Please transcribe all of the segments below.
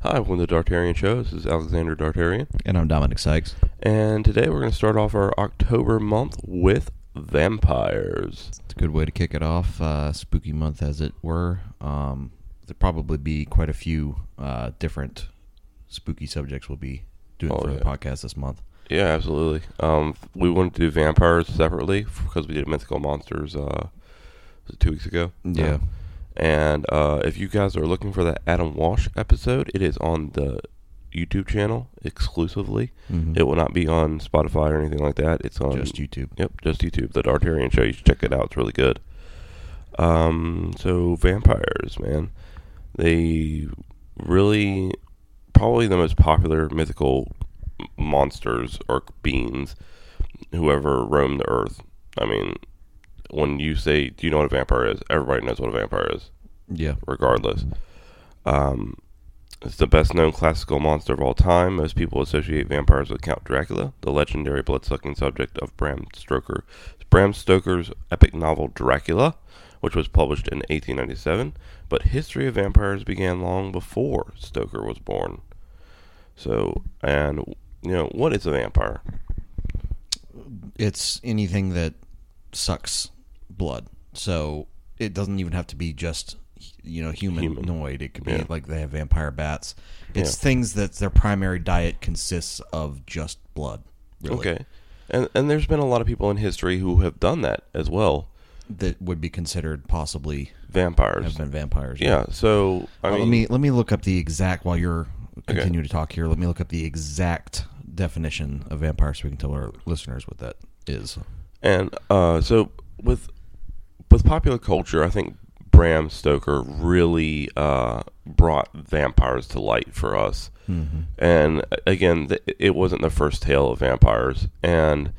Hi, welcome to the Dartarian Show. This is Alexander Dartarian. And I'm Dominic Sykes. And today we're going to start off our October month with vampires. It's a good way to kick it off, uh, spooky month as it were. Um, there'll probably be quite a few uh, different spooky subjects we'll be doing Oh, for yeah. the podcast this month. Yeah, absolutely. Um, we wanted to do vampires separately because we did mythical monsters uh, was it two weeks ago. Yeah. And uh, if you guys are looking for that Adam Walsh episode, it is on the YouTube channel exclusively. Mhm. It will not be on Spotify or anything like that. It's on Just YouTube. Yep, just YouTube. The Dartarian Show. You should check it out. It's really good. Um, so vampires, man, they really probably the most popular mythical m- monsters or beings whoever roam the earth. I mean, when you say, "Do you know what a vampire is?" Everybody knows what a vampire is Yeah. regardless. Um, it's the best known classical monster of all time. Most people associate vampires with Count Dracula, the legendary blood sucking subject of Bram Stoker. Bram Stoker's epic novel Dracula, which was published in 1897, but history of vampires began long before Stoker was born. So, and you know, what is a vampire? It's anything that sucks blood. So it doesn't even have to be just you know humanoid. It could be Yeah. like they have vampire bats. It's Yeah. things that their primary diet consists of just blood. Really. Okay. And and there's been a lot of people in history who have done that as well. That would be considered possibly Vampires. have been vampires. Yeah, so I Uh, mean let me let me look up the exact while you're Okay. continue to talk here. Let me look up the exact definition of vampire so we can tell our listeners what that is. And uh, so with with popular culture, I think Bram Stoker really uh, brought vampires to light for us. And uh, again, th- it wasn't the first tale of vampires, and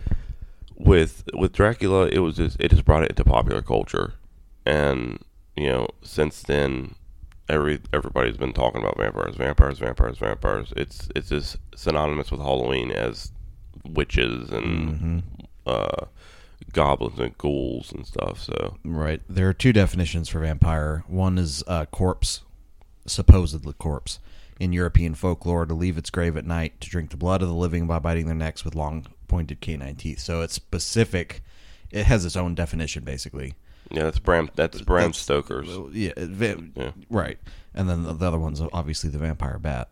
with with Dracula, it was just it just brought it into popular culture, and you know since then. Every, everybody's been talking about vampires, vampires, vampires, vampires. It's it's just synonymous with Halloween as witches and uh, goblins and ghouls and stuff. So Right. There are two definitions for vampire. One is uh, corpse, supposedly corpse. In European folklore, to leave its grave at night to drink the blood of the living by biting their necks with long pointed canine teeth. So it's specific. It has its own definition, basically. yeah, that's Bram. That's Bram That's- Stoker's. Yeah, it- va- Yeah. right. And then the, the other one's obviously the vampire bat,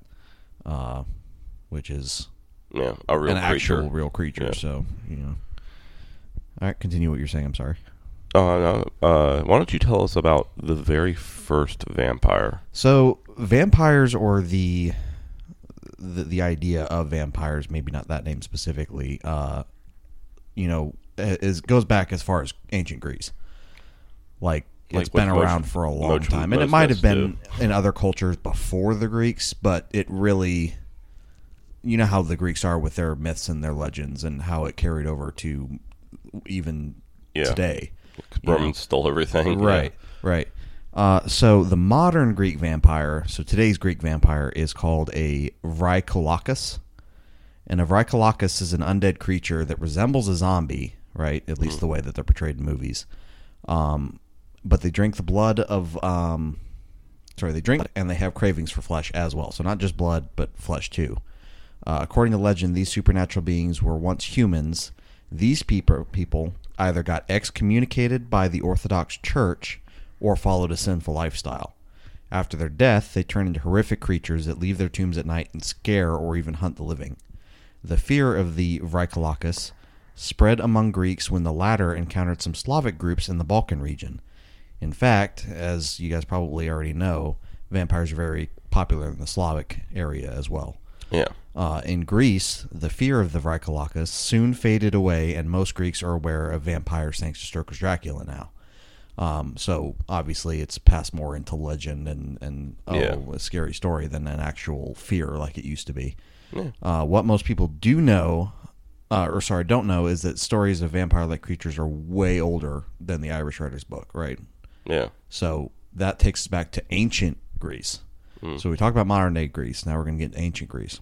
uh, which is Yeah, a real an creature. actual real creature. Yeah. So you know. All right, continue what you're saying. I'm sorry. uh, no, uh, why don't you tell us about the very first vampire? So vampires, or the the, the idea of vampires, maybe not that name specifically. Uh, you know, is goes back as far as ancient Greece. Like, Like it's been what most- around for a long most- time, and it most might have myths been in other cultures before the Greeks, but it really. You know how the Greeks are with their myths and their legends, and how it carried over to even Yeah. today. 'Cause Yeah. Roman stole everything. Right, right. Uh, so the modern Greek vampire, so today's Greek vampire is called a Rykolakos. And a Rykolakos is an undead creature that resembles a zombie, right? At least the way that they're portrayed in movies. Um, but they drink the blood of, um, sorry, they drink and they have cravings for flesh as well. So not just blood, but flesh too. Uh, according to legend, these supernatural beings were once humans. These people, people either got excommunicated by the Orthodox Church or followed a sinful lifestyle. After their death, they turn into horrific creatures that leave their tombs at night and scare or even hunt the living. The fear of the Vrykolakus spread among Greeks when the latter encountered some Slavic groups in the Balkan region. In fact, as you guys probably already know, vampires are very popular in the Slavic area as well. Yeah. Uh, in Greece, the fear of the Vrykolakas soon faded away, and most Greeks are aware of vampires thanks to Stoker's Dracula now. Um, so obviously, it's passed more into legend and and oh, Yeah. a scary story than an actual fear like it used to be. Yeah. Uh, what most people do know, uh, or sorry, don't know, is that stories of vampire-like creatures are way older than the Irish writer's book, right? Yeah. So that takes us back to ancient Greece. So we talked about modern day Greece. Now we're going to get into ancient Greece.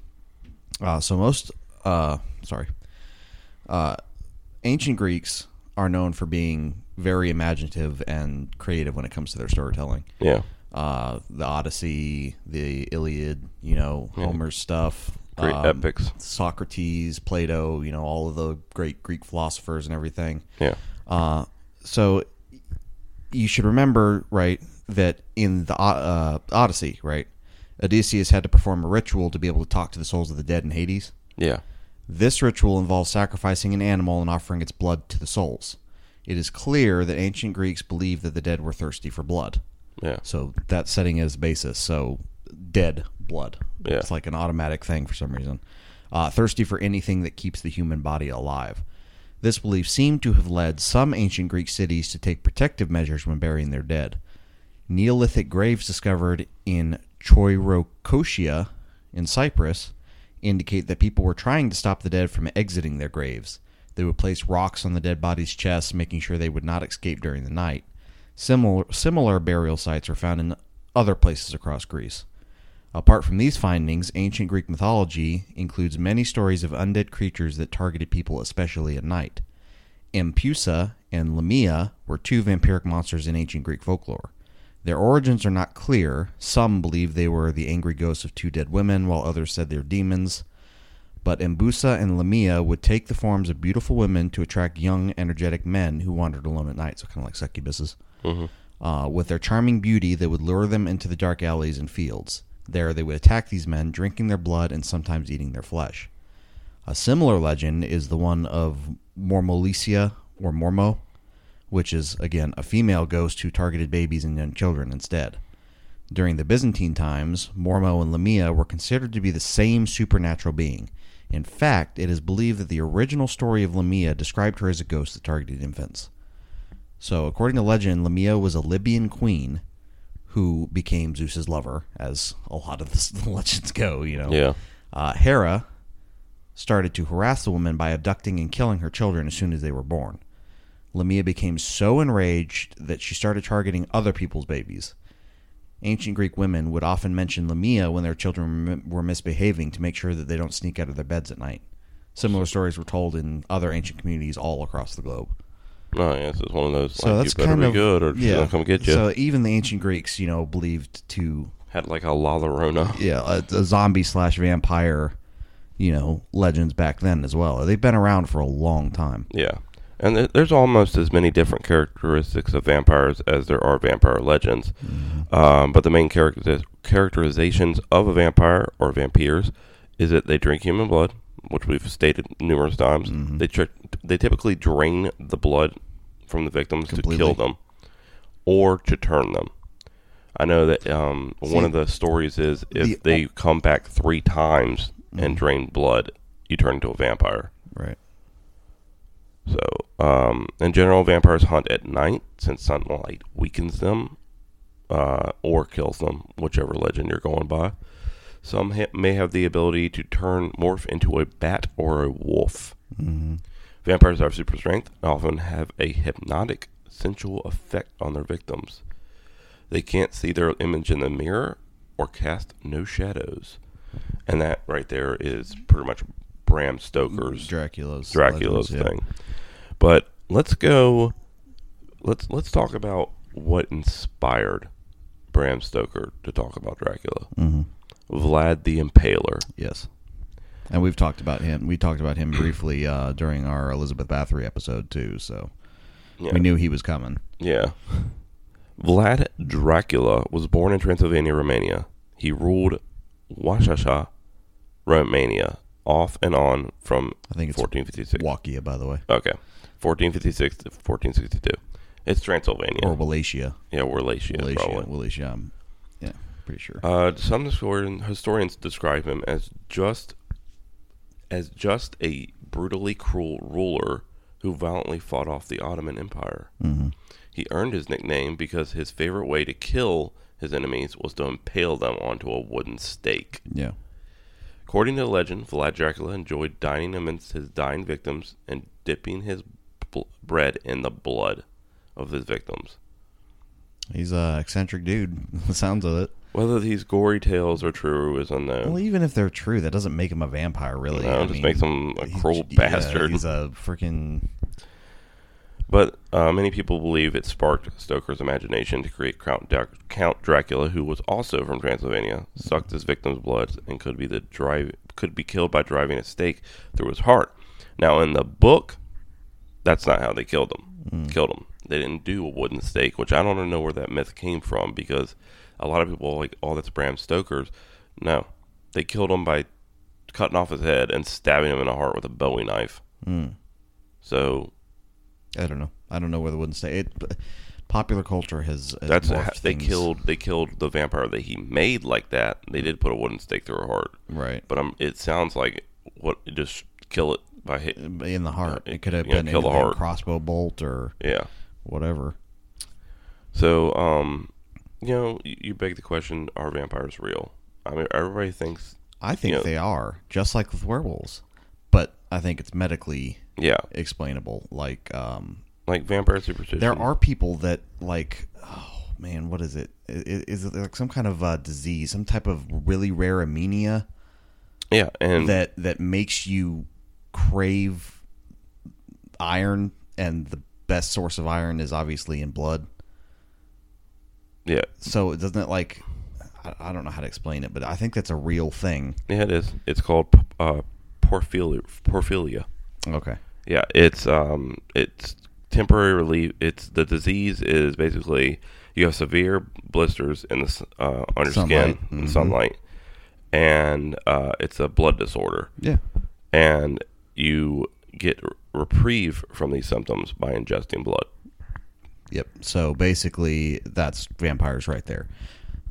Uh, so most, uh, sorry, uh, ancient Greeks are known for being very imaginative and creative when it comes to their storytelling. Yeah. Uh, the Odyssey, the Iliad, you know, know, Homer's stuff. Great um, epics. Socrates, Plato, you know, all of the great Greek philosophers and everything. Yeah. Uh, so you should remember, right, that in the O- uh, Odyssey, right, Odysseus had to perform a ritual to be able to talk to the souls of the dead in Hades. Yeah. This ritual involves sacrificing an animal and offering its blood to the souls. It is clear that ancient Greeks believed that the dead were thirsty for blood. Yeah. So that setting is basis. So dead blood. Yeah. It's like an automatic thing for some reason. Uh, thirsty for anything that keeps the human body alive. This belief seemed to have led some ancient Greek cities to take protective measures when burying their dead. Neolithic graves discovered in Choirocotia in Cyprus indicate that people were trying to stop the dead from exiting their graves. They would place rocks on the dead bodies' chests, making sure they would not escape during the night. Similar, similar burial sites are found in other places across Greece. Apart from these findings, ancient Greek mythology includes many stories of undead creatures that targeted people, especially at night. Empusa and Lamia were two vampiric monsters in ancient Greek folklore. Their origins are not clear. Some believe they were the angry ghosts of two dead women, while others said they're demons. But Embusa and Lamia would take the forms of beautiful women to attract young, energetic men who wandered alone at night, so kind of like succubuses. Uh, with their charming beauty, they would lure them into the dark alleys and fields. There, they would attack these men, drinking their blood and sometimes eating their flesh. A similar legend is the one of Mormolicia or Mormo, which is, again, a female ghost who targeted babies and young children instead. During the Byzantine times, Mormo and Lamia were considered to be the same supernatural being. In fact, it is believed that the original story of Lamia described her as a ghost that targeted infants. So, according to legend, Lamia was a Libyan queen who became Zeus's lover, as a lot of this- the legends go, you know. Yeah. Uh, Hera started to harass the woman by abducting and killing her children as soon as they were born. Lamia became so enraged that she started targeting other people's babies. Ancient Greek women would often mention Lamia when their children m- were misbehaving to make sure that they don't sneak out of their beds at night. Similar stories were told in other ancient communities all across the globe. Oh, yeah. So it's one of those. So like, that's you better kind be of good, or she's yeah. gonna come get you. So even the ancient Greeks, you know, believed to Had like a La Llorona. yeah, a, a zombie slash vampire, you know, legends back then as well. They've been around for a long time. Yeah. And th- there's almost as many different characteristics of vampires as there are vampire legends. Mm-hmm. Um, but the main character- characterizations of a vampire or vampires is that they drink human blood, which we've stated numerous times. Mm-hmm. They tri- they typically drain the blood from the victims to Completely. kill them or to turn them. I know that um, one of the stories is if the- Mm-hmm. they come back three times and drain blood, you turn into a vampire. Right. So, um, in general, vampires hunt at night since sunlight weakens them uh, or kills them, whichever legend you're going by. Some ha- may have the ability to turn morph into a bat or a wolf. Mm-hmm. Vampires have super strength and often have a hypnotic, sensual effect on their victims. They can't see their image in the mirror or cast no shadows. And that right there is pretty much Bram Stoker's Dracula's Dracula's legends, yeah. thing. But let's go. Let's let's talk about what inspired Bram Stoker to talk about Dracula. Mm-hmm. Vlad the Impaler. Yes. And we've talked about him. We talked about him briefly uh, during our Elizabeth Bathory episode too. So Yeah. we knew he was coming. Yeah. Vlad Dracula was born in Transylvania, Romania. He ruled Washacha, Romania, off and on from I think it's 1456. Wallachia, by the way, okay, 1456 to 1462. It's Transylvania. or Wallachia. yeah, Wallachia, Wallachia. probably. Wallachia. um, Yeah, pretty sure. Uh, some historian, historians describe him as just as just a brutally cruel ruler who violently fought off the Ottoman Empire. Mm-hmm. He earned his nickname because his favorite way to kill his enemies was to impale them onto a wooden stake. yeah. According to legend, Vlad Dracula enjoyed dining amidst his dying victims and dipping his bl- bread in the blood of his victims. He's a eccentric dude. the sounds of it. Whether these gory tales are true is unknown. Well, even if they're true, that doesn't make him a vampire, really. No, I it just mean, makes him a he's- cruel yeah, bastard. he's a freaking But uh, many people believe it sparked Stoker's imagination to create Count, Dac- Count Dracula, who was also from Transylvania, sucked his victim's blood and could be the drive could be killed by driving a stake through his heart. Now, in the book, that's not how they killed him. Killed him. They didn't do a wooden stake, which I don't know where that myth came from because a lot of people are like, oh, that's Bram Stoker's. No, they killed him by cutting off his head and stabbing him in the heart with a Bowie knife. So I don't know. I don't know where the wooden stake. It, but popular culture has, has That's morphed how, they things. killed they killed the vampire that he made like that. They did put a wooden stake through her heart, right but um, it sounds like what just kill it by hit. in the heart. Yeah, It could have yeah, been kill the either a heart. crossbow bolt or Yeah. whatever. So um, you know, you, you beg the question: Are vampires real? I mean, everybody thinks I think Yeah. they are just like with werewolves, but I think it's medically yeah, explainable. Like um, like vampire superstition. there are people that like oh man what is it I- i- is it like some kind of uh, disease some type of really rare anemia yeah, and that that makes you crave iron and the best source of iron is obviously in blood yeah, so it doesn't like I, I don't know how to explain it but i think that's a real thing yeah, it is. It's called p- uh, porphyria. Porphyria. okay Yeah, it's um, it's temporary relief. It's the disease is basically you have severe blisters in the s- uh, on your Sunlight. skin in sunlight, and uh, it's a blood disorder, yeah and you get r- reprieve from these symptoms by ingesting blood. Yep. So basically, that's vampires right there.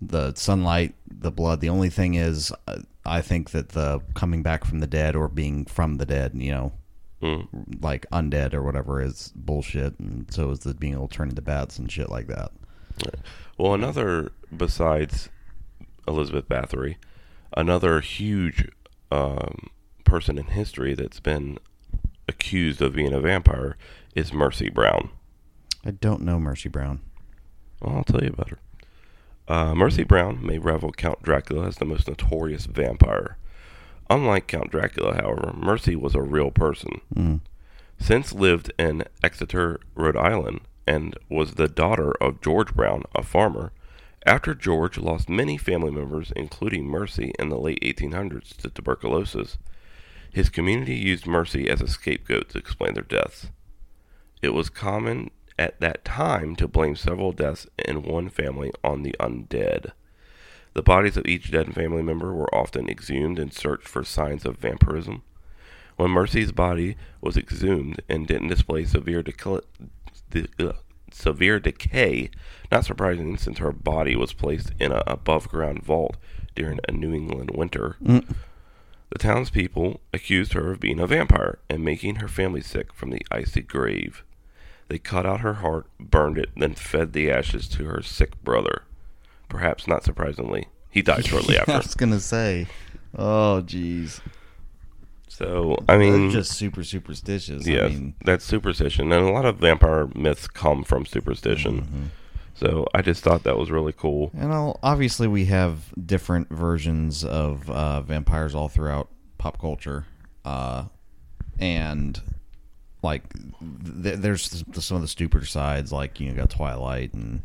The sunlight, the blood. The only thing is, uh, I think that the coming back from the dead or being from the dead, you know, Mm. like undead or whatever, is bullshit. And so is the being able to turn into bats and shit like that. Well, another besides Elizabeth Bathory, another huge um, person in history that's been accused of being a vampire is Mercy Brown. I don't know Mercy Brown. Well, I'll tell you about her. Uh, Mercy Brown may rival Count Dracula as the most notorious vampire. Unlike Count Dracula, however, Mercy was a real person. Hmm. Since lived in Exeter, Rhode Island, and was the daughter of George Brown, a farmer. After George lost many family members, including Mercy, in the late 1800s to tuberculosis, his community used Mercy as a scapegoat to explain their deaths. It was common at that time to blame several deaths in one family on the undead. The bodies of each dead family member were often exhumed and searched for signs of vampirism. When Mercy's body was exhumed and didn't display severe, decl- de- uh, severe decay, not surprising since her body was placed in an above ground vault during a New England winter, the townspeople accused her of being a vampire and making her family sick from the icy grave. They cut out her heart, burned it, then fed the ashes to her sick brother. Perhaps not surprisingly, he died shortly I after. was gonna say, oh jeez, So, I mean, They're just super superstitious. Mm. Yes, I mean, that's superstition, and a lot of vampire myths come from superstition. Mm-hmm. So I just thought that was really cool. And I'll, obviously, we have different versions of uh, vampires all throughout pop culture, uh, and like th- there's th- some of the stupider sides, like you know, you got Twilight and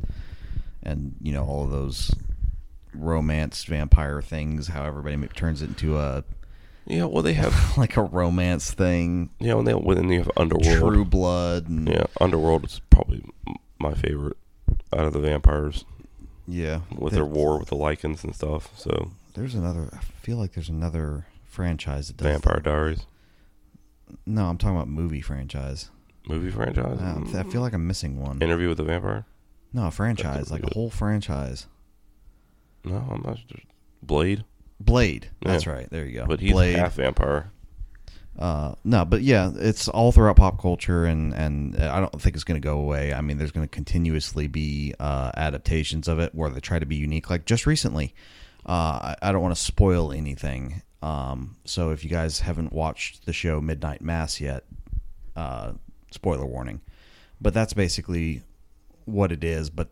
and you know all of those romance vampire things. How everybody ma- turns it into a Yeah, well, they have like a romance thing. you know, they within the underworld. True Blood, and Yeah, underworld is probably m- my favorite out of the vampires yeah. with There- their war with the lycans and stuff. So there's another. I feel like there's another franchise that does. Vampire Diaries No, I'm talking about movie franchise. movie franchise. Mm. Uh, I'm- I feel like I'm missing one. Interview with the Vampire. No, a franchise, That's a like a good- whole franchise. No, I'm not. Just Blade, Blade. That's Yeah. right. There you go. but he's Blade. half vampire. Uh, no, but yeah, it's all throughout pop culture, and and uh, I don't think it's going to go away. I mean, there's going to continuously be uh, adaptations of it where they try to be unique. Like just recently, uh, I, I don't want to spoil anything. Um, so if you guys haven't watched the show Midnight Mass yet, uh, spoiler warning. But that's basically what it is. But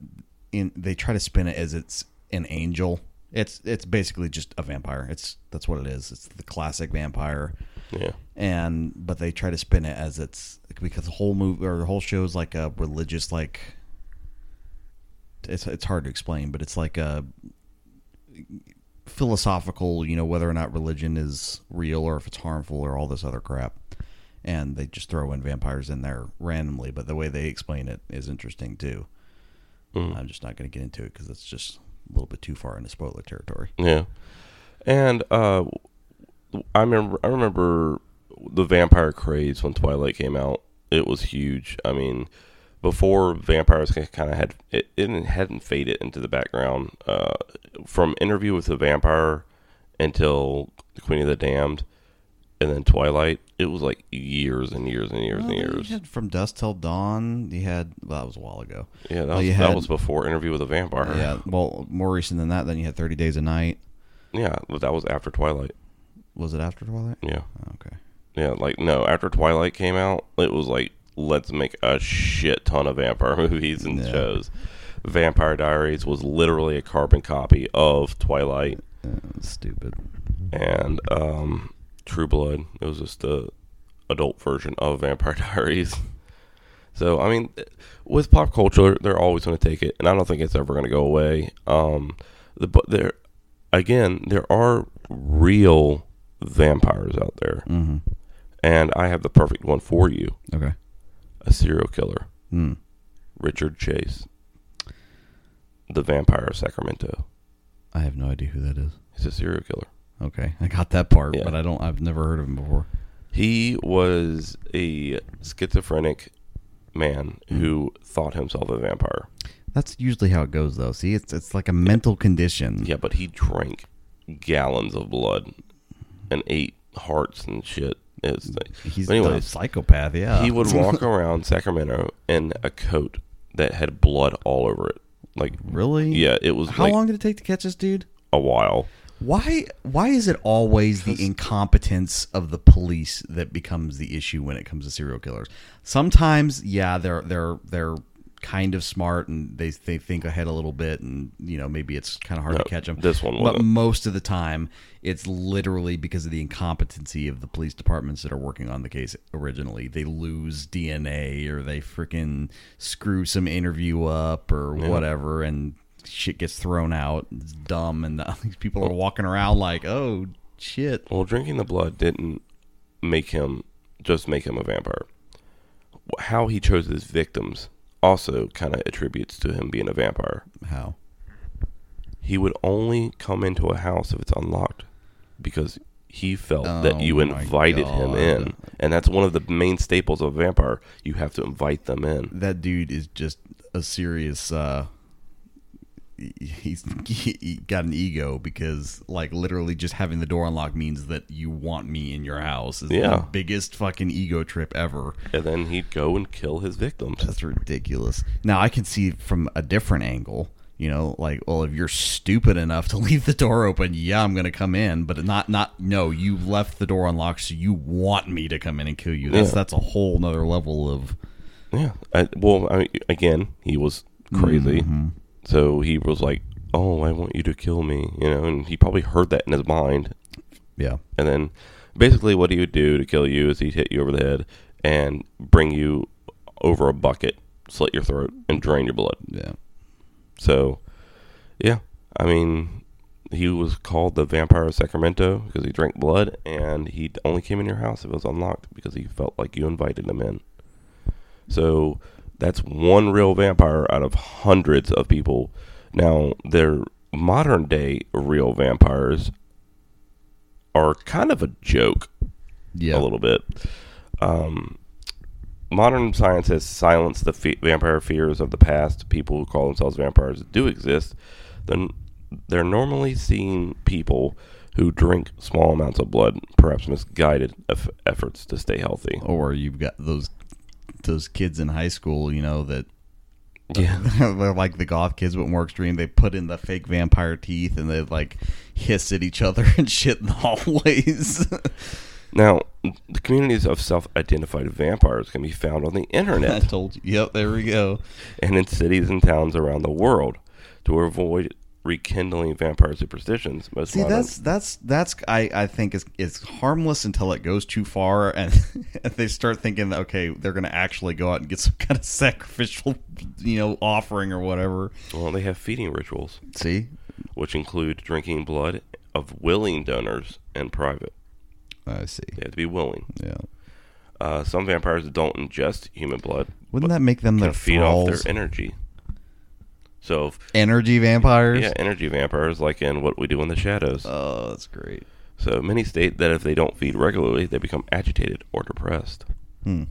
in they try to spin it as it's an angel. It's it's basically just a vampire. It's that's what it is. It's the classic vampire Yeah. and but they try to spin it as it's because the whole movie or the whole show is like a religious like it's it's hard to explain, but it's like a philosophical, you know, whether or not religion is real or if it's harmful or all this other crap. And they just throw in vampires in there randomly, but the way they explain it is interesting too. I'm just not going to get into it because it's just a little bit too far into spoiler territory. Yeah, and uh, I remember I remember the vampire craze when Twilight came out. It was huge. I mean, before vampires kind of had it, it hadn't faded into the background uh, from Interview with the Vampire until Queen of the Damned, and then Twilight. It was like years and years and years and Well, years. You had From Dusk Till Dawn, you had, well, that was a while ago. yeah, that well, was, you that had- was before Interview with a Vampire. Yeah, well, more recent than that, then you had 30 Days a Night. yeah, but that was after Twilight. Was it after Twilight? Oh, Yeah. Okay. Yeah, like no, after Twilight came out, it was like let's make a shit ton of vampire movies and Yeah. shows. Vampire Diaries was literally a carbon copy of Twilight Uh, stupid. and um, True Blood. It was just the adult version of Vampire Diaries. So I mean, with pop culture, they're always going to take it, and I don't think it's ever going to go away. Um, the but there again, there are real vampires out there, Mm-hmm. and I have the perfect one for you. Okay. a serial killer, Mm. Richard Chase, the vampire of Sacramento. I have no idea who that is. He's a serial killer. Okay, I got that part, Yeah. but I don't. I've never heard of him before. He was a schizophrenic man who thought himself a vampire. That's usually how it goes, though. See, it's it's like a mental condition. Yeah, but he drank gallons of blood and ate hearts and shit. It's like, He's but a anyways, psychopath. Yeah, he would walk around Sacramento in a coat that had blood all over it. Like, really. yeah, it was How like long did it take to catch this dude? a while. Why? Why is it always the incompetence of the police that becomes the issue when it comes to serial killers? Sometimes, yeah, they're they're they're kind of smart and they they think ahead a little bit, and you know maybe it's kind of hard to catch them. this one but wasn't. most of the time, it's literally because of the incompetency of the police departments that are working on the case originally. They lose DNA or they freaking screw some interview up or whatever, and shit gets thrown out. It's dumb, and these people are walking around like, oh shit. Well, drinking the blood didn't make him just make him a vampire. How he chose his victims also kind of attributes to him being a vampire. How? He would only come into a house if it's unlocked because he felt that Oh you my invited him God. in. And that's one of the main staples of a vampire. You have to invite them in. That dude is just a serious. uh he- He's he got an ego because, like, literally just having the door unlocked means that you want me in your house. It's Yeah. the biggest fucking ego trip ever. And then he'd go and kill his victims. That's ridiculous. Now I can see from a different angle. You know, like, well, if you're stupid enough to leave the door open, yeah, I'm gonna come in. But not, not, no, you left the door unlocked, so you want me to come in and kill you. That's Yeah. that's a whole nother level of. Yeah. I, well, I mean, again, he was crazy. So he was like, "Oh, I want you to kill me," you know, and he probably heard that in his mind. Yeah. And then, basically, what he would do to kill you is he'd hit you over the head and bring you over a bucket, slit your throat, and drain your blood. Yeah. So, yeah, I mean, he was called the Vampire of Sacramento because he drank blood, and he only came in your house if it was unlocked because he felt like you invited him in. So that's one real vampire out of hundreds of people. Now, their modern day real vampires are kind of a joke Yeah. a little bit. Um, modern science has silenced the fe- vampire fears of the past. People who call themselves vampires do exist. Then they're normally seen people who drink small amounts of blood, perhaps misguided eff- efforts to stay healthy. Or you've got those those kids in high school, you know that. Yeah. they're like the goth kids, but more extreme. They put in the fake vampire teeth and they like hiss at each other and shit in the hallways. Now, the communities of self-identified vampires can be found on the I internet. told you. Yep, there we go. and in cities and towns around the world. To avoid rekindling vampire superstitions. Most See, modern- that's that's that's I, I think is is harmless until it goes too far and, and they start thinking that, okay they're going to actually go out and get some kind of sacrificial you know offering or whatever. well, they have feeding rituals, See, which include drinking blood of willing donors in private. I see. They have to be willing. Yeah, Uh, some vampires don't ingest human blood; wouldn't that make them they the feed off their thralls? energy. So, if, energy vampires? yeah, energy vampires, like in What We Do in the Shadows. Oh, that's great. So many state that if they don't feed regularly, they become agitated or depressed. Hmm.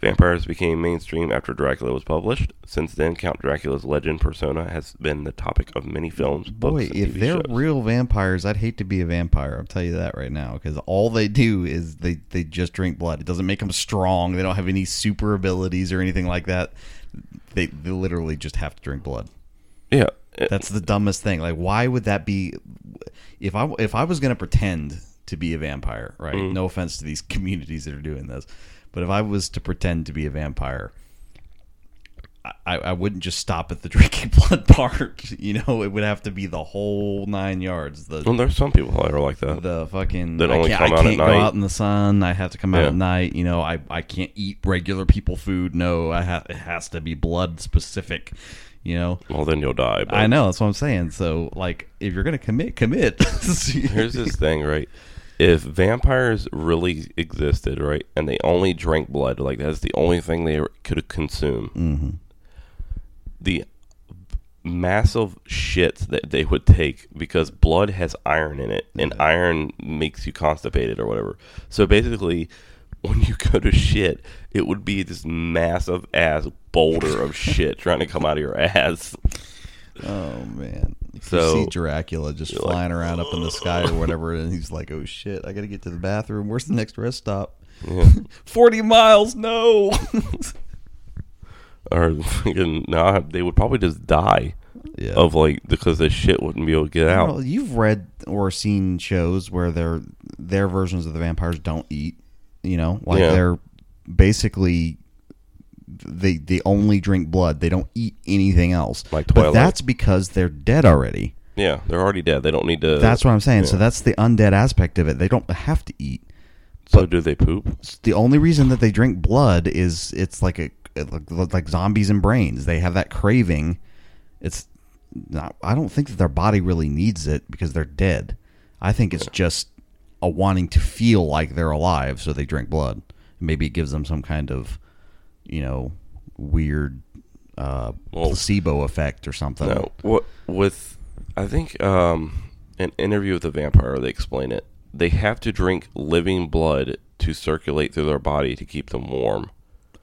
Vampires became mainstream after Dracula was published. Since then, Count Dracula's legend persona has been the topic of many films, books, Boy, and if TV they're shows. real vampires, I'd hate to be a vampire. I'll tell you that right now because all they do is they, they just drink blood. It doesn't make them strong. They don't have any super abilities or anything like that. They, they literally just have to drink blood. yeah, it- That's the dumbest thing. Like, why would that be? If I if I was gonna pretend to be a vampire, right? Mm-hmm. No offense to these communities that are doing this, but if I was to pretend to be a vampire, I, I wouldn't just stop at the drinking blood part. You know, it would have to be the whole nine yards. The well, there's some people that are like that. the fucking That I only can't, come I out at can't go night. out in the sun. I have to come out Yeah. at night. You know, I, I can't eat regular people food. No, I ha- it has to be blood specific. You know, Well, then you'll die. But I know that's what I'm saying. So, like, if you're gonna commit, commit. Here's this thing, right? If vampires really existed, right, and they only drank blood, like that's the only thing they could consume, the massive shits that they would take because blood has iron in it, and iron makes you constipated or whatever. So basically, when you go to shit, it would be this massive ass boulder of shit trying to come out of your ass. oh man, you So- see Dracula just flying around up in the sky or whatever, and he's like, "Oh shit, I gotta get to the bathroom. Where's the next rest stop? Forty miles, no." Or fucking, nah, they would probably just die. yeah. of like because the shit wouldn't be able to get You out. know, you've read or seen shows where their their versions of the vampires don't eat. You know, like Yeah. they're basically they they only drink blood. They don't eat anything else. Like but Twilight. that's because they're dead already. Yeah, they're already dead. They don't need to. That's what I'm saying. So that's the undead aspect of it. They don't have to eat. so do they poop? It's the only reason that they drink blood is it's like a like, like zombies and brains. They have that craving. It's not. I don't think that their body really needs it because they're dead. I think it's just a wanting to feel like they're alive, so they drink blood. Maybe it gives them some kind of you know weird uh, Well- placebo effect or something. No. What with? I think um, an interview with a vampire. They explain it. They have to drink living blood to circulate through their body to keep them warm.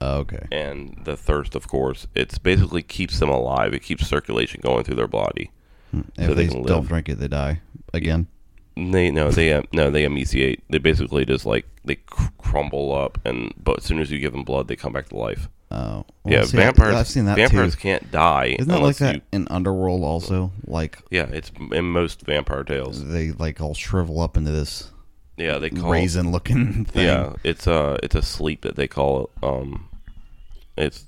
Oh, okay. And the thirst, of course, it's basically keeps them alive. It keeps circulation going through their body. If they they, can don't live. drink it, they die again. They no, they uh, no, they emaciate. They basically just like they cr- crumble up, and but as soon as you give them blood, they come back to life. Oh, well, Yeah, see, I- vampires. I've seen that vampires too. can't die. Isn't that like unless that You, in Underworld also? Like yeah, it's in most vampire tales. they like all shrivel up into this Yeah, they call. raisin looking thing. yeah, it's a it's a sleep that they call. Um, it's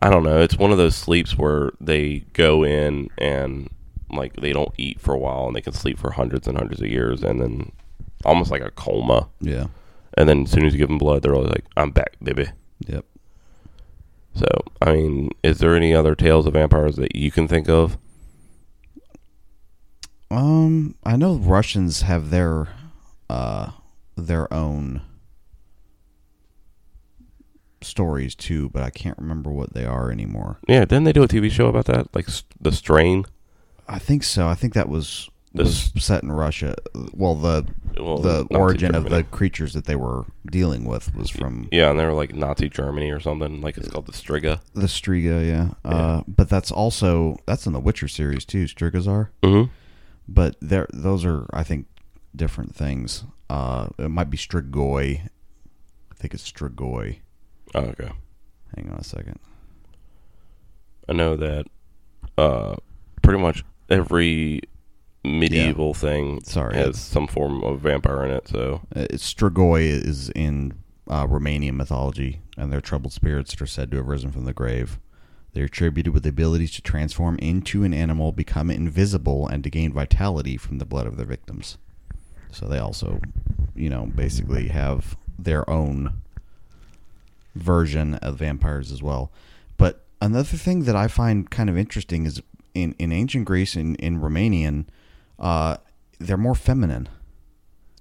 I don't know. It's one of those sleeps where they go in and like they don't eat for a while and they can sleep for hundreds and hundreds of years and then almost like a coma. Yeah. And then as soon as you give them blood, they're always like, "I'm back, baby." Yep. So I mean, is there any other tales of vampires that you can think of? Um I know Russians have their uh their own stories too, but I can't remember what they are anymore. Yeah, didn't they do a TV show about that? Like s- the strain. I think so. I think that was The was set in Russia. Well, the Well, the Nazi origin of the Germany. creatures that they were dealing with was from yeah, and they were like Nazi Germany or something. Like it's called the Striga. The Striga, yeah. Uh, but that's also that's in the Witcher series too. Strigas are, Mm-hmm. but there those are I think different things. Uh, it might be Strigoi. I think it's Strigoi. Oh, okay, Hang on a second. I know that. Uh, pretty much every medieval thing Sorry. has some form of vampire in it. So Uh, It's Strigoi is in uh, Romanian mythology, and they're troubled spirits that are said to have risen from the grave. They're attributed with the abilities to transform into an animal, become invisible, and to gain vitality from the blood of their victims. So they also, you know, basically have their own version of vampires as well. But another thing that I find kind of interesting is in, in ancient Greece and in, Romanian, uh, they're more feminine.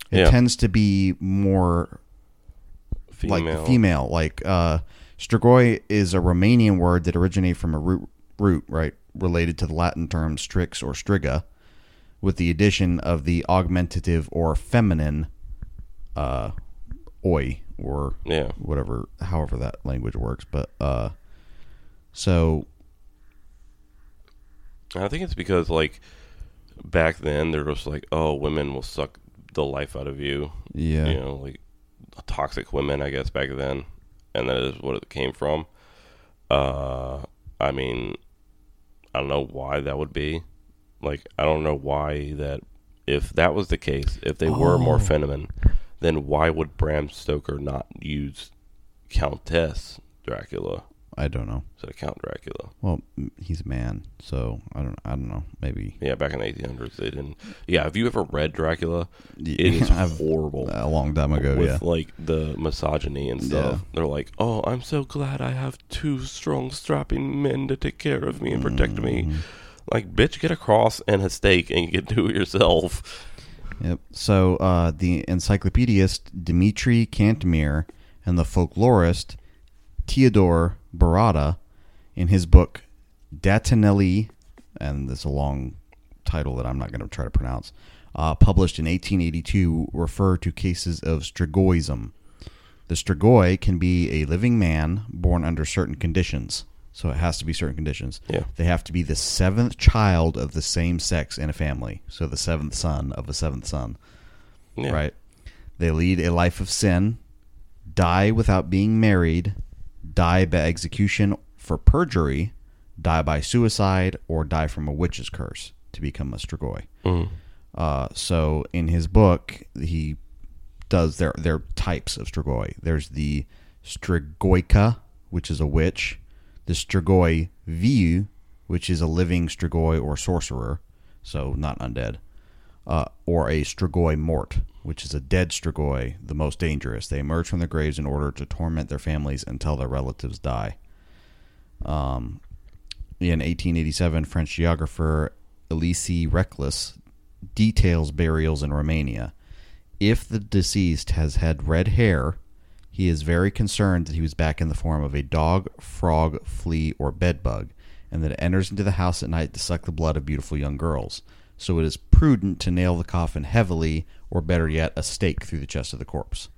It Yeah. tends to be more Female. like the female. Like uh, strigoi is a Romanian word that originated from a root root right related to the Latin term strix or striga, with the addition of the augmentative or feminine uh, oi or Yeah. whatever however that language works. But uh, so I think it's because like back then they're just like, oh, women will suck the life out of you. yeah, You know, like toxic women, I guess back then, and that is what it came from. Uh, I mean, I don't know why that would be. Like, I don't know why that. If that was the case, if they were more feminine, then why would Bram Stoker not use Countess Dracula I don't know. instead of Count Dracula? Well, m- he's a man, so I don't. I don't know. Maybe Yeah, back in the 1800s, they didn't. Yeah, have you ever read Dracula? It is Yeah, I've- horrible. a long time ago. with yeah, like the misogyny and stuff. Yeah. They're like, "Oh, I'm so glad I have two strong, strapping men to take care of me and protect Mm-hmm. me." Like, bitch, get a cross and a stake and you can do it yourself. Yep. So uh, the encyclopedist Dmitri Cantemir and the folklorist Theodore Barada, in his book Datinelli, and this is a long title that I'm not going to try to pronounce, uh, published in 1882, refer to cases of strigoism. The strigoi can be a living man born under certain conditions. So it has to be certain conditions. Yeah. They have to be the seventh child of the same sex in a family. So the seventh son of a seventh son. Yeah. Right. They lead a life of sin, die without being married, die by execution for perjury, die by suicide, or die from a witch's curse to become a strigoi. Mm. Uh, so in his book, he does their their types of strigoi. There's the strigoica, which is a witch, the strigoi viu, which is a living strigoi or sorcerer, so not undead, uh, or a strigoi mort, which is a dead strigoi, the most dangerous. They emerge from their graves in order to torment their families until their relatives die. Um, In 1887, French geographer Elise Reckless details burials in Romania. If the deceased has had red hair, he is very concerned that he was back in the form of a dog, frog, flea, or bedbug, and that it enters into the house at night to suck the blood of beautiful young girls. So it is prudent to nail the coffin heavily, or better yet, a stake through the chest of the corpse.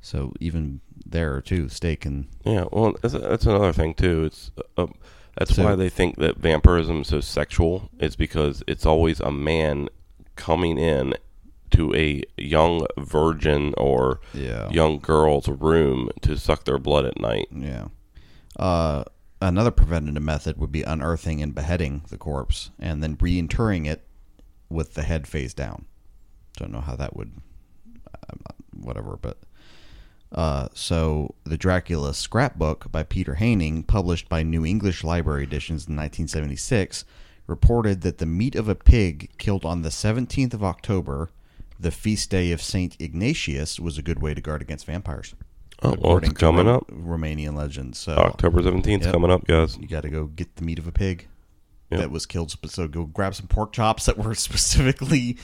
So even there too, stake and Yeah. Well, that's, that's another thing too. It's uh, that's So- why they think that vampirism is so sexual. It's because it's always a man coming in to a young virgin or yeah, young girl's room to suck their blood at night. Yeah. Uh, another preventative method would be unearthing and beheading the corpse and then reinterring it with the head face down. Don't know how that would, I'm not- whatever, but. Uh, so the Dracula scrapbook by Peter Haining, published by New English Library Editions in 1976, reported that the meat of a pig killed on the 17th of October, the feast day of Saint Ignatius, was a good way to guard against vampires Oh, well, it's according to coming Ro- up. Oh. Romanian legends. So October 17th Yep. coming up, guys. you got to go get the meat of a pig Yep. that was killed. sp- So go grab some pork chops that were specifically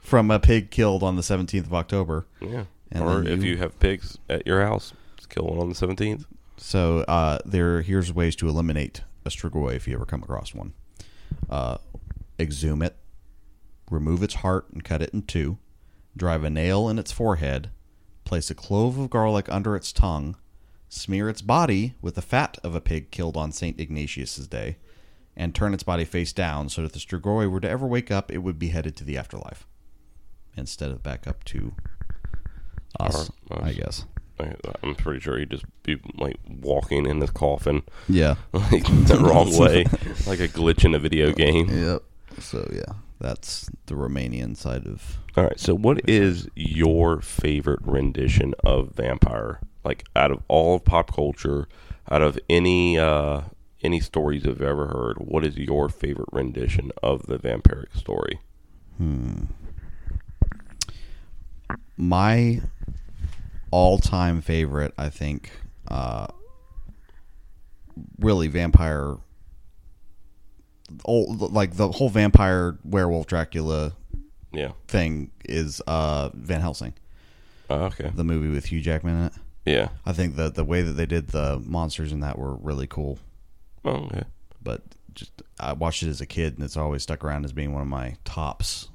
from a pig killed on the 17th of October. Yeah. And or then if you- you have pigs at your house, just kill one on the 17th. So uh, there, here's ways to eliminate a strigoi if you ever come across one. Uh, exhume it, remove its heart and cut it in two, drive a nail in its forehead, place a clove of garlic under its tongue, smear its body with the fat of a pig killed on Saint Ignatius's day, and turn its body face down so that if the strigoi were to ever wake up, it would be headed to the afterlife instead of back up to us, Our- I us. guess. I- I'm pretty sure he'd just be like walking in his coffin Yeah. like the wrong way, like a glitch in a video game. Yep. So yeah, that's the Romanian side of. All right. So, what is your favorite rendition of Vampire? Like, out of all of pop culture, out of any uh, any stories you've ever heard, what is your favorite rendition of the vampiric story? my all-time favorite, I think, uh, really vampire, old, like the whole vampire werewolf Dracula Yeah. thing is uh, Van Helsing, Uh, okay. the movie with Hugh Jackman in it. Yeah. I think the the way that they did the monsters in that were really cool, Oh, okay. but just I watched it as a kid and it's always stuck around as being one of my tops,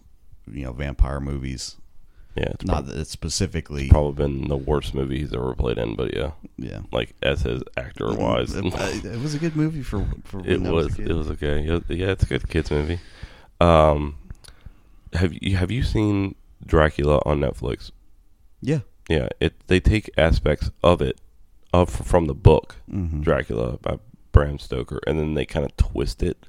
you know, vampire movies. Yeah. It's Not that it's specifically, probably been the worst movie he's ever played in, but yeah, yeah. like as his actor wise, it, it was a good movie for for when it I Mm, was a kid. it was okay. Yeah, yeah, it's a good kids movie. Um, have you have you seen Dracula on Netflix? yeah. Yeah, it they take aspects of it of from the book Mm-hmm. Dracula by Bram Stoker, and then they kind of twist it.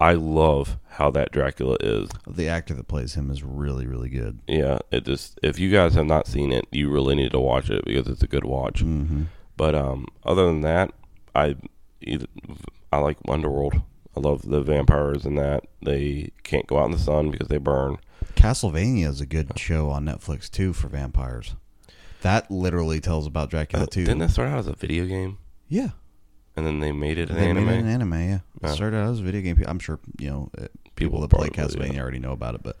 I love how that Dracula is. The actor that plays him is really really good. Yeah, it just if you guys have not seen it, you really need to watch it because it's a good watch. Mm-hmm. But um, other than that, I either, I like Underworld. I love the vampires in that they can't go out in the sun because they burn. Castlevania is a good show on Netflix too for vampires. That literally tells about Dracula too. Uh, Didn't that start out as a video game yeah, and then they made it an they anime? made it an anime. Yeah, Oh. it started out as a video game. I'm sure you know it, people, People that play probably, Castlevania already know about it, but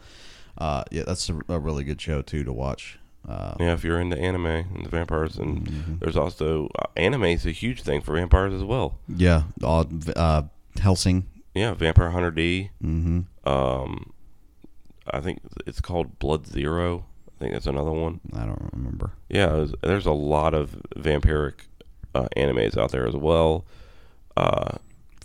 uh, yeah, that's a, a really good show too to watch. Uh, Yeah, if you're into anime and the vampires, and Mm-hmm. there's also uh, anime is a huge thing for vampires as well. yeah, all- uh, Helsing. Yeah, Vampire Hunter D. Mm-hmm. Um, I think it's called Blood Zero. I think that's another one. I don't remember. Yeah, there's, there's a lot of vampiric uh, animes out there as well. Uh,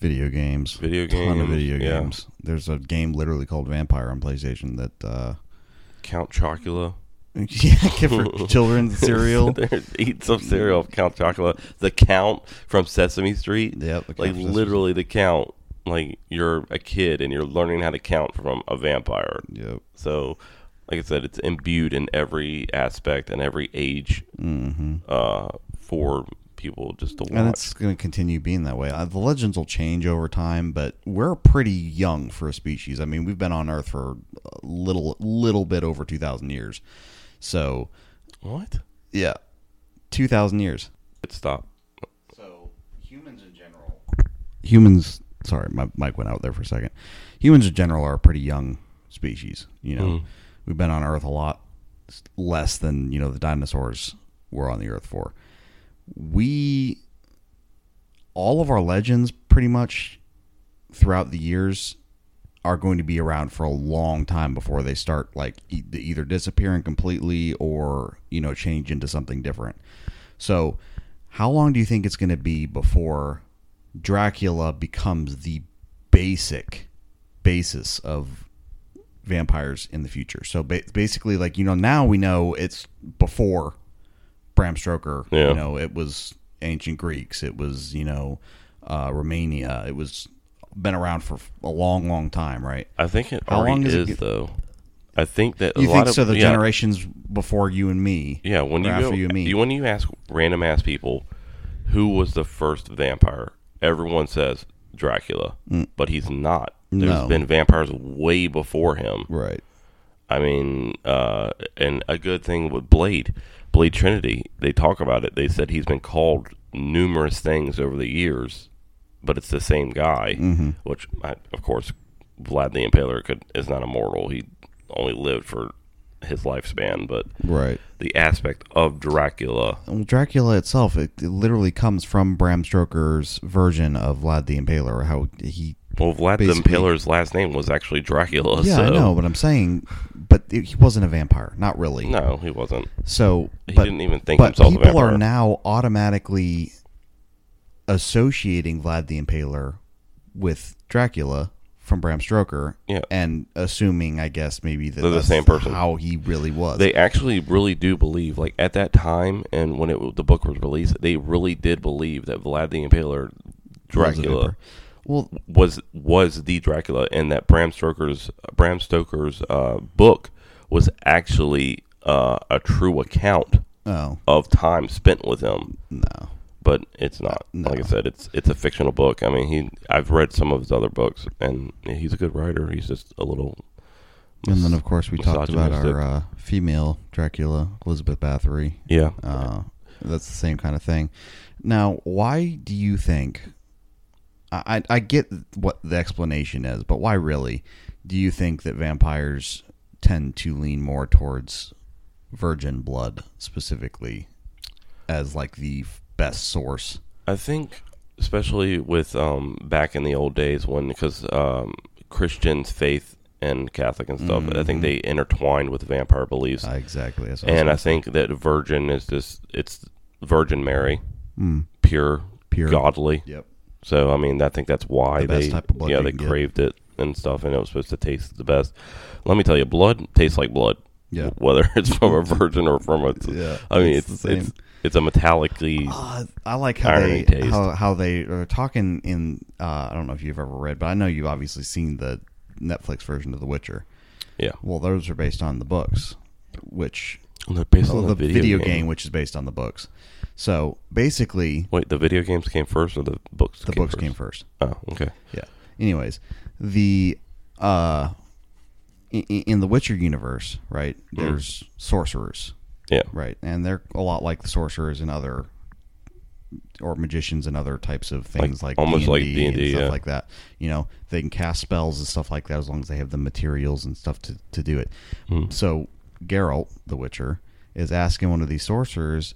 Video games. video games, ton of video yeah. games. There's a game literally called Vampire on PlayStation that uh Count Chocula. yeah, kid for children's cereal. There's- Eat some cereal of Count Chocula. The Count from Sesame Street. Yep, the Count like from Sesame literally the Count. Like you're a kid and you're learning how to count from a vampire. Yep. So, like I said, it's imbued in every aspect and every age uh, for people just to watch. Mm-hmm. And it's going to continue being that way. Uh, the legends will change over time, but we're pretty young for a species. I mean, we've been on Earth for a little, little bit over two thousand years. So, what? yeah, two thousand years. It stopped. So humans in general. Humans. Sorry, my mic went out there for a second. Humans in general are a pretty young species. You know, we've been on Earth a lot s- less than you know the dinosaurs were on the Earth for. We, all of our legends, pretty much throughout the years, are going to be around for a long time before they start like e- either disappearing completely or you know change into something different. So, how long do you think it's going to be before Dracula becomes the basic basis of vampires in the future? So ba- basically, like you know, now we know it's before Bram Stoker. Yeah. You know, it was ancient Greeks. It was you know uh, Romania. It was been around for a long, long time, right? I think it How already long does it is get- though. I think that You a think lot of so? The yeah, generations before you and me. Yeah, when or you after go, you and me. when you ask random ass people who was the first vampire, everyone says Dracula, but he's not. There's Mm. No. been vampires way before him. right. I mean, uh, and a good thing with Blade, Blade Trinity, they talk about it. They said he's been called numerous things over the years, but it's the same guy. Mm-hmm. Which, I, of course, Vlad the Impaler could is not immortal. He only lived for his lifespan, but Right. the aspect of Dracula. Well, Dracula itself, it, it literally comes from Bram Stoker's version of Vlad the Impaler, or how he. Well, Vlad Basically- the Impaler's last name was actually Dracula. Yeah, Oh, so. I know, but I'm saying, but it, he wasn't a vampire, not really. No, he wasn't. So, He but, didn't even think but himself a people vampire. are now automatically associating Vlad the Impaler with Dracula from Bram Stoker, Yeah. and assuming, I guess, maybe that They're the that's same person. how he really was. they actually really do believe like at that time and when it the book was released they really did believe that vlad the impaler dracula vampire. well, was was the dracula and that bram stoker's bram stoker's uh, book was actually uh, a true account oh of time spent with him no, but it's not. No. Like I said, it's it's a fictional book. I mean, he I've read some of his other books, and he's a good writer. He's just a little. And then, of course, we talked about our Misogynistic. uh, female Dracula, Elizabeth Bathory. Yeah, Uh, that's the same kind of thing. Now, why do you think? I I I get what the explanation is, but why really do you think that vampires tend to lean more towards virgin blood specifically as like the f- best source? I think, especially with um, back in the old days when, because um, Christians, faith, and Catholic and stuff, I think they intertwined with vampire beliefs, Uh, exactly. Mm-hmm. That's what I was and I gonna- think that Virgin is this. It's Virgin Mary, pure, Mm. Pure. godly. yep. So I mean, I think that's why The best they type of blood yeah you they can get. craved it and stuff, and it was supposed to taste the best. Let me tell you, blood tastes like blood. Yeah. whether it's from a virgin or from a, Yeah, I mean, it's it's the it's, same. it's a metallically. Uh, I like how Irony they taste. how, how they are talking in. Uh, I don't know if you've ever read, but I know you've obviously seen the Netflix version of The Witcher. yeah, Well, those are based on the books, which They're based well, on Oh, the video, game. which is based on the books. So basically, Wait, the video games came first, or the books? the books came first. Oh, okay. Yeah. Anyways, the uh, in, in the Witcher universe, right? There's sorcerers, Yeah, right, and they're a lot like the sorcerers and other or magicians and other types of things Like- like, almost like D&D and D&D, stuff yeah. like that. You know, they can cast spells and stuff like that as long as they have the materials and stuff to, to do it. Hmm. So Geralt, the Witcher, is asking one of these sorcerers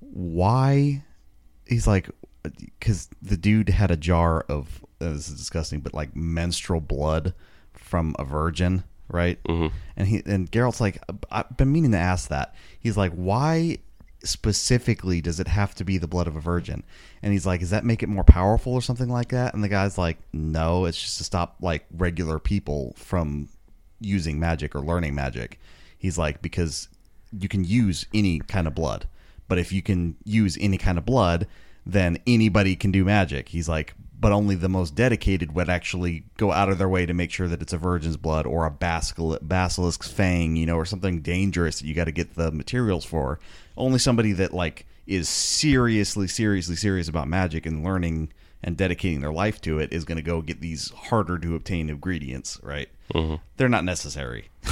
why he's like because the dude had a jar of uh, this is disgusting, but like menstrual blood from a virgin, right? Mm-hmm. And he and Geralt's like, I've been meaning to ask that. He's like, why specifically does it have to be the blood of a virgin? And he's like, does that make it more powerful or something like that? And the guy's like, no, it's just to stop like regular people from using magic or learning magic. He's like, because you can use any kind of blood, but if you can use any kind of blood, then anybody can do magic. He's like, but only the most dedicated would actually go out of their way to make sure that it's a virgin's blood or a basil- basilisk's fang, you know, or something dangerous that you got to get the materials for. Only somebody that like is seriously, seriously serious about magic and learning and dedicating their life to it is going to go get these harder to obtain ingredients, right? Mm-hmm. They're not necessary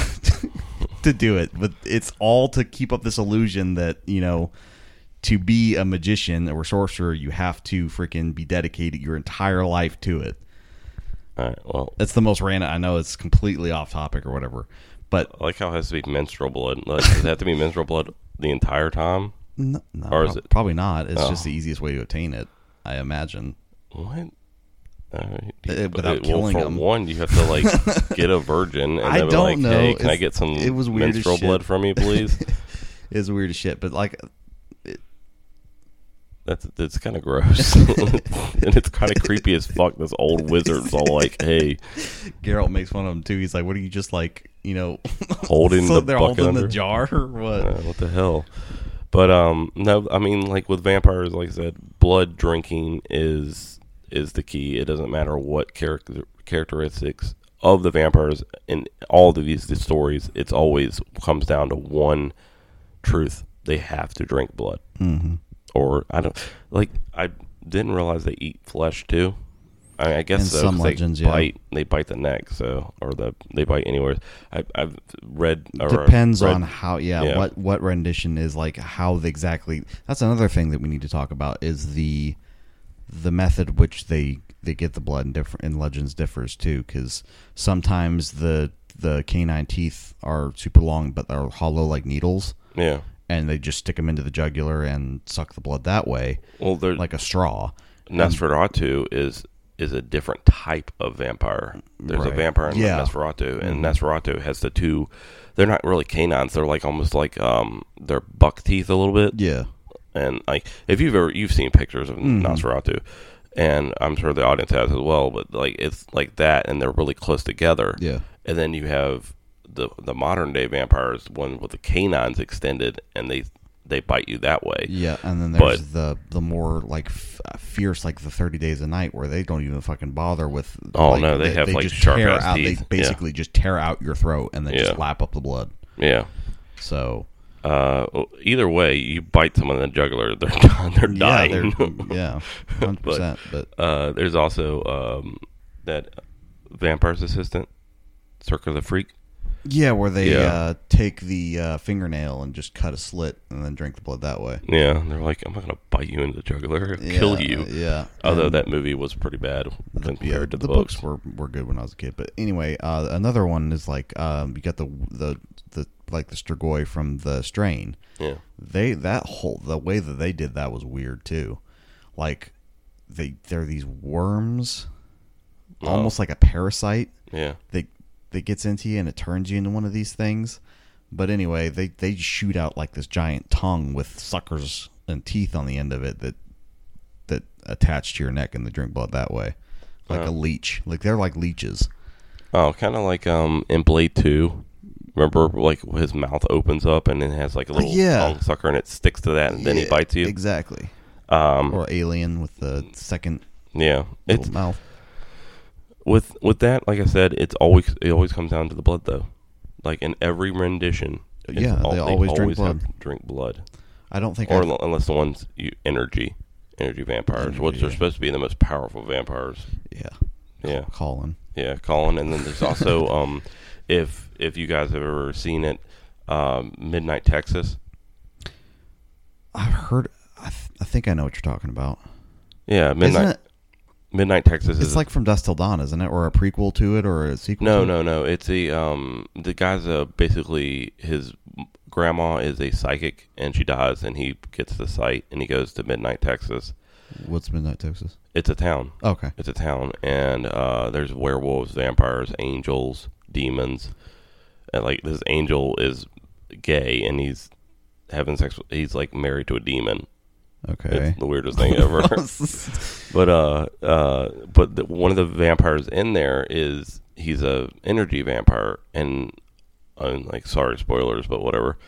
to do it, but it's all to keep up this illusion that, you know, to be a magician or sorcerer, you have to freaking be dedicated your entire life to it. all right. Well, That's the most random. I know it's completely off topic or whatever, but I like how it has to be menstrual blood. Like, does it have to be menstrual blood the entire time? no, no, Or is prob- it- Oh. probably not. It's just the easiest way to obtain it, I imagine. What? All right. Uh, without Uh, killing for them. one, you have to like get a virgin, and I then be don't like, know. "Hey, can I It's- get some it was weird as menstrual shit. blood from you, please?" It's weird as shit, but like, That's that's kind of gross, and it's kind of creepy as fuck. This old wizard's all like, "Hey, Geralt makes fun of him too. He's like, "What are you just like, you know, holding so the they're bucket holding under the jar or what?" Uh, what the hell?" But um, no, I mean, like with vampires, like I said, blood drinking is is the key. It doesn't matter what character characteristics of the vampires in all of these the stories. It's always comes down to one truth: they have to drink blood, mm-hmm. or I don't like. I didn't realize they eat flesh too. I, I guess In so, some 'cause they legends, yeah. bite they bite the neck, so or the they bite anywhere. I, I've read or depends read- on how yeah, Yeah. what what rendition is like how the- exactly that's another thing that we need to talk about is the the method which they they get the blood in different in legends differs too because sometimes the the canine teeth are super long but are hollow like needles yeah. and they just stick them into the jugular and suck the blood that way Well, they're like um, a straw Nosferatu is is a different type of vampire. There's Right. a vampire in Yeah. Mm-hmm. Nosferatu, and Nosferatu has the two. They're not really canines. They're like almost like um, they're buck teeth a little bit. yeah Mm-hmm. And like if you've ever you've seen pictures of Nosferatu, and I'm sure the audience has as well. But like it's like that, and they're really close together. Yeah. And then you have the the modern day vampires, one with the canines extended, and they they bite you that way. Yeah, and then But- there's the the more like f- uh, fierce, like the Thirty Days a Night, where they don't even fucking bother with. Oh, like, no, they have, like, sharp tear ass out. teeth. They Yeah. basically just tear out your throat and then Yeah. just lap up the blood. Yeah. So Uh, either way, you bite someone in the jugular, they're done. They're dying. Yeah, hundred percent. But uh, there's also um, that vampire's assistant, Circa the Freak. yeah, where they Yeah. Uh, take the uh, fingernail and just cut a slit and then drink the blood that way. Yeah, and they're like, I'm not gonna bite you into the jugular, I'll kill Yeah, you. Yeah. Although And that movie was pretty bad compared yeah, to the, books. books. were were good when I was a kid. But anyway, uh, another one is like um, you got the the the like the Strigoi from the Strain. Yeah, they that whole the way that they did that was weird too like they they're these worms Oh. almost like a parasite yeah. that that gets into you and it turns you into one of these things but anyway they they shoot out like this giant tongue with suckers and teeth on the end of it that that attach to your neck and they drink blood that way like a leech like they're like leeches Oh, kind of like um in Blade Two. Remember, like his mouth opens up and it has like a little Uh, yeah. tongue sucker, and it sticks to that, and then he Yeah, bites you. exactly um, or alien with the second yeah, little it's mouth with with that. Like I said, it's always it always comes down to the blood, though. Like in every rendition, it's Yeah, they always drink have to drink blood, i don't think or I've- l- unless the ones you, energy, energy vampires, which Energy, they're yeah. supposed to be the most powerful vampires. yeah Yeah, colin Yeah, Colin, and then there's also um, if if you guys have ever seen it, um, Midnight Texas. I've heard. I, th- I think I know what you're talking about. Yeah, Isn't Midnight it? Midnight Texas is It's like from Dust Till Dawn, isn't it? Or a prequel to it, or a sequel? no, to it? no, no. It's the um the guy's uh basically his grandma is a psychic and she dies and he gets the sight and he goes to Midnight Texas. What's Midnight Texas? It's a town. Okay. It's a town and uh, there's werewolves, vampires, angels, demons, and like this angel is gay and he's having sex. With, he's like married to a demon. Okay. It's the weirdest thing ever. but uh, uh, but the, one of the vampires in there is he's a energy vampire, and I'm like sorry spoilers, but whatever.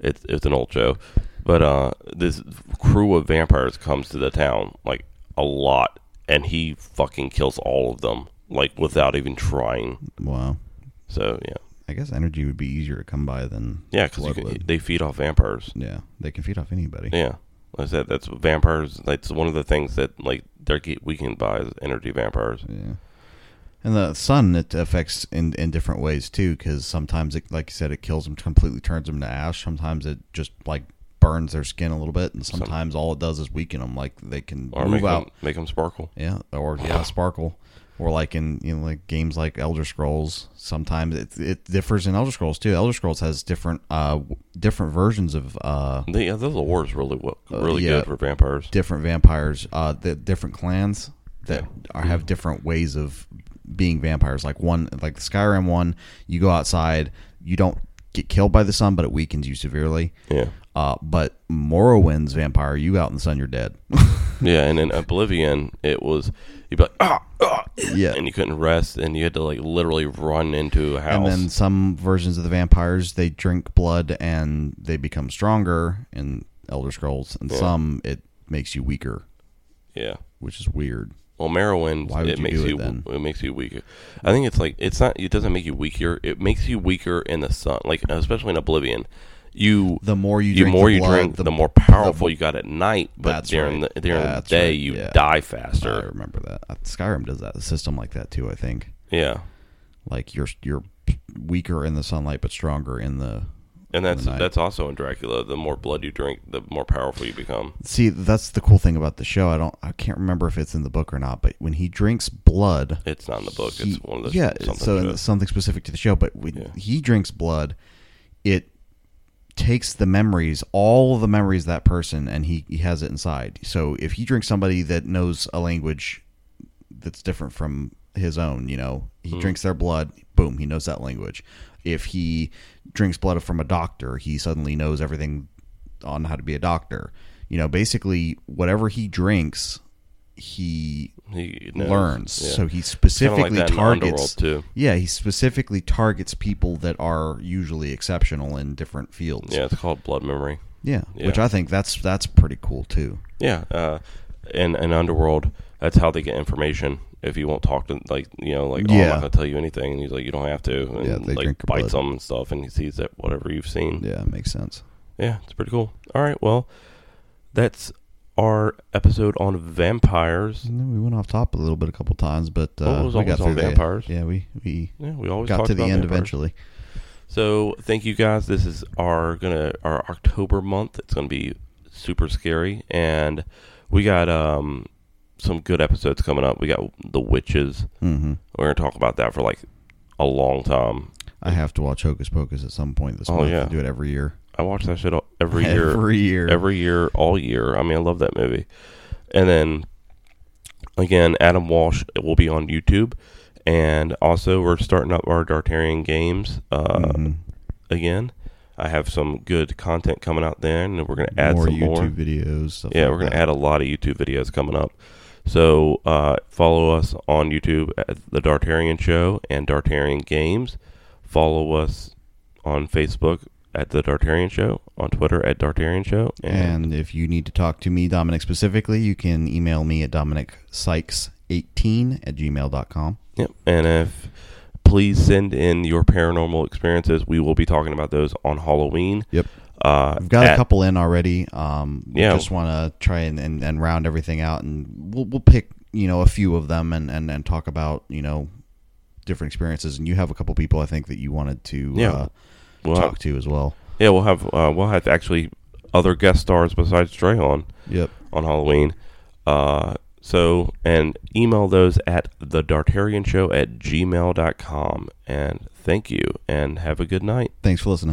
It's it's an old show, but uh, this crew of vampires comes to the town like a lot, and he fucking kills all of them like without even trying. wow. So yeah, I guess energy would be easier to come by than yeah, because Bloodlet. they feed off vampires. yeah. They can feed off anybody. Yeah, like I said that's vampires. That's one of the things that like they're ge- we can buy is energy vampires. Yeah. And the sun it affects in in different ways too, because sometimes it, like you said, it kills them completely, turns them to ash. Sometimes it just like burns their skin a little bit, and sometimes all it does is weaken them. Like they can Or move make out. them, make them sparkle. Yeah, or yeah, Sparkle, or like in you know like games like Elder Scrolls. Sometimes it it differs in Elder Scrolls too. Elder Scrolls has different uh w- different versions of uh The, yeah, the lore is really wo- really yeah. good for vampires. different vampires, uh the different clans that are, have different ways of being vampires. Like one, like the Skyrim one, you go outside, you don't get killed by the sun, but it weakens you severely. Yeah, Uh, but Morrowind's vampire, you out in the sun, you're dead. yeah, and in Oblivion, it was you'd be like ah, ah, Yeah. and you couldn't rest, and you had to like literally run into a And house. then some versions of the vampires, they drink blood and they become stronger in Elder Scrolls, and some it makes you weaker, yeah, which is weird. well, Morrowind, Why would it you makes do it you then? it makes you weaker. I think it's like it's not it doesn't make you weaker. It makes you weaker in the sun, like especially in Oblivion. You The more you the drink, more the you blood, drink, the, the more powerful you got at night. But That's during right. the during That's the day, right, you yeah. die I faster. remember that. Uh, Skyrim does that. The system like that too. I think Yeah, like you're you're weaker in the sunlight, but stronger in the. and that's night. that's also in Dracula. The more blood you drink, the more powerful you become. See, that's the cool thing about the show. I don't. I can't remember if it's in the book or not. But when he drinks blood, It's not in the book. he- It's one of those. yeah something so to and it. something specific to the show but when Yeah. he drinks blood it takes the memories all the memories of that person and he, he has it inside so if he drinks somebody that knows a language that's different from his own you know he Mm. drinks their blood boom he knows that language if he drinks blood from a doctor he suddenly knows everything on how to be a doctor you know basically whatever he drinks he he knows. learns. Yeah. So he Kinda specifically like that in targets. Underworld, too. Yeah, he specifically targets people that are usually exceptional in different fields. yeah, it's called blood memory. Yeah, Yeah. which I think that's that's pretty cool too. Yeah, uh, in in underworld, that's how they get information. If you won't talk to like you know like oh, I'm Yeah. not gonna tell you anything, and he's like you don't have to, and Yeah, they like drink your bites blood. him and stuff, and he sees that whatever you've seen. Yeah, it makes sense. Yeah, it's pretty cool. All right, well, that's our episode on vampires. And then we went off top a little bit a couple times, but uh, Well, it was we always got on through the- vampires. Yeah, we we Yeah, we always got talk to the about end vampires. eventually. So thank you guys. This is our gonna our October month. It's gonna be super scary, and we got um some good episodes coming up. We got the witches. hmm We're gonna talk about that for like a long time. I have to watch Hocus Pocus at some point this Oh, month. yeah. I do it every year. I watch that shit all- every year, every, Every year. year, all year. I mean, I love that movie. And then again, Adam Walsh will be on YouTube, and also we're starting up our Dartarian games. Uh, Mhm. again. I have some good content coming out then, and we're going to add more some YouTube more. videos. Stuff Yeah, like we're going to that. add a lot of YouTube videos coming up. So uh, follow us on YouTube at The Dartarian Show and Dartarian Games. Follow us on Facebook at The Dartarian Show, on Twitter at Dartarian Show. And if you need to talk to me, Dominic, specifically, you can email me at DominicSykes18 at gmail.com. Yep. And if please send in your paranormal experiences, we will be talking about those on Halloween. Yep. Uh, I've got at- a couple in already. Um, we Yeah. just want to try and, and, and round everything out, and we'll, we'll pick you know a few of them and, and, and talk about you know different experiences. And you have a couple people I think that you wanted to Yeah. uh, Well, talk to as well. Yeah, we'll have uh, we'll have actually other guest stars besides Dre on Yep. on Halloween. Uh, so and email those at the Dartarian Show at gmail.com. And thank you and have a good night. Thanks for listening.